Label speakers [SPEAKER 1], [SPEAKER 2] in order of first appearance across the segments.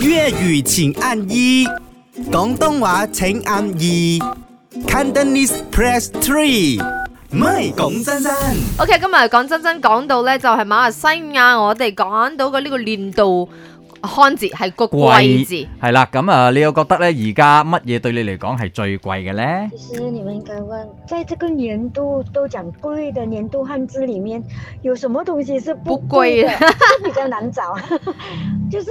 [SPEAKER 1] 粤语请按一，广东话请按二，Cantonese press three。唔係講真真，
[SPEAKER 2] OK，今日講真真講到咧，就係馬來西亞，我哋講到嘅呢個年度漢字係個貴字。
[SPEAKER 3] 係啦，咁啊，你又覺得咧，而家乜嘢對你嚟講係最貴嘅咧？
[SPEAKER 4] 其实你们应该问，在这个年度都讲贵的年度汉字里面，有什么东西是
[SPEAKER 2] 不
[SPEAKER 4] 不
[SPEAKER 2] 贵
[SPEAKER 4] 贵
[SPEAKER 2] 的
[SPEAKER 4] 的？这个比较难找， 就是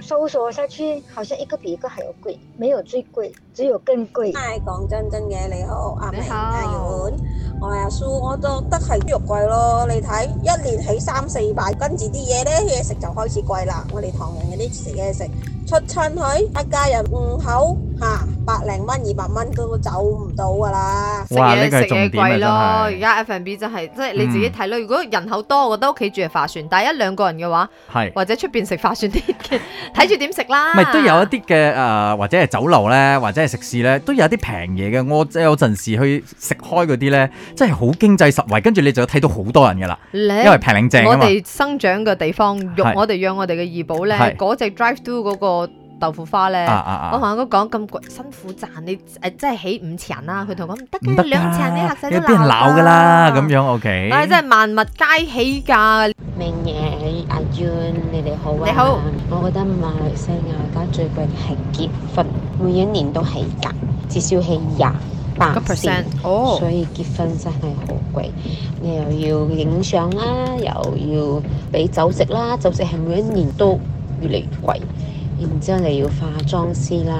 [SPEAKER 4] 搜索下去，好像一个比一个还要贵，没有最贵，只有更贵。
[SPEAKER 5] Hi，講真真嘅，你好，阿
[SPEAKER 2] 你
[SPEAKER 5] 明
[SPEAKER 2] 好
[SPEAKER 5] 阿遠，我係阿蘇，我都覺得係肉貴咯。你睇一年起三四百，跟住啲嘢咧嘢食就開始貴啦。我哋唐人嗰啲食嘢食，出親去一家人五口嚇、百零蚊二百蚊都走唔到噶啦。
[SPEAKER 2] 食
[SPEAKER 3] 哇
[SPEAKER 2] 嘢
[SPEAKER 3] 呢個係
[SPEAKER 2] 食嘢
[SPEAKER 3] 重點啊
[SPEAKER 2] 貴
[SPEAKER 3] 真
[SPEAKER 2] 咯，
[SPEAKER 3] 係
[SPEAKER 2] 而家 F&B 真係即係你自己睇咯。如果人口多，我覺得屋企住係化算，但係一兩個人嘅話，
[SPEAKER 3] 係。
[SPEAKER 2] 或者出邊食化算啲嘅，睇住點食啦。
[SPEAKER 3] 嗯咪都有一啲嘅誒，或者係酒樓咧，或者係食肆咧，都有一啲平嘢嘅。我即係有陣時去食開嗰啲咧，真係好經濟實惠，跟住你就睇到好多人噶啦，因為
[SPEAKER 2] 咧。
[SPEAKER 3] 平靚正
[SPEAKER 2] 我
[SPEAKER 3] 啊嘛。
[SPEAKER 2] 哋生長嘅地方，用
[SPEAKER 3] 係
[SPEAKER 2] 我哋養我哋嘅怡寶咧，
[SPEAKER 3] 係
[SPEAKER 2] 嗰只 drive through 嗰個豆腐花咧。
[SPEAKER 3] 啊啊
[SPEAKER 2] 我
[SPEAKER 3] 啊！
[SPEAKER 2] 同佢講咁貴辛苦賺，你誒真係起五層啦。佢同我講唔得
[SPEAKER 3] 唔
[SPEAKER 2] 㗎，
[SPEAKER 3] 得
[SPEAKER 2] 哦兩層你
[SPEAKER 3] 㗎
[SPEAKER 2] 嚇，死
[SPEAKER 3] 有
[SPEAKER 2] 都
[SPEAKER 3] 啲人鬧㗎啦，咁。樣 OK。
[SPEAKER 2] 唉，真係萬物皆起價。
[SPEAKER 6] 明爺、阿 Jun，你哋好啊！
[SPEAKER 2] 你好，
[SPEAKER 6] 我覺得馬來西亞而家最貴嘅係結婚，每一年都起價，至少起廿八
[SPEAKER 2] 個 percent 哦
[SPEAKER 6] 所以結婚真係好貴。你又要影相啦，又要俾酒席啦，酒席係每一年都越嚟越貴。然之後你要化妝師啦，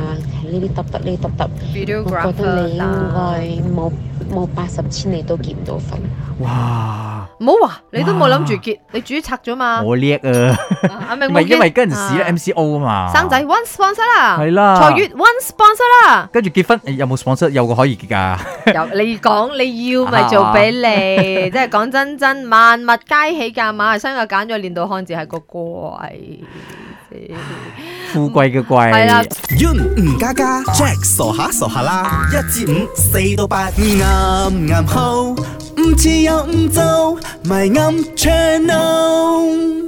[SPEAKER 6] 呢啲得得呢啲得得，我覺得你應該冇冇八十千你都結唔到婚。
[SPEAKER 3] 哇！
[SPEAKER 2] 唔好話，你都冇諗住結，你主拆咗嘛？
[SPEAKER 3] 我叻啊！
[SPEAKER 2] 啊阿明
[SPEAKER 3] 咪
[SPEAKER 2] 冇
[SPEAKER 3] 因為嗰陣時
[SPEAKER 2] 啊
[SPEAKER 3] 咧 MCO 啊嘛，
[SPEAKER 2] 生仔 one sponsor 啦，
[SPEAKER 3] 係啦，
[SPEAKER 2] 財月 one sponsor 啦
[SPEAKER 3] 跟住結婚誒有冇 sponsor 有個可以結㗎？
[SPEAKER 2] 由你講你要咪做俾你， 即係講真真，萬物皆起價，馬來西亞揀咗練到漢字係個貴字。
[SPEAKER 3] 富貴嘅貴。
[SPEAKER 2] 係啦
[SPEAKER 1] Yun 吳家家，Jack 傻下傻下啦，一至五，四到八，啱啱好，唔似又唔做，咪啱 channel。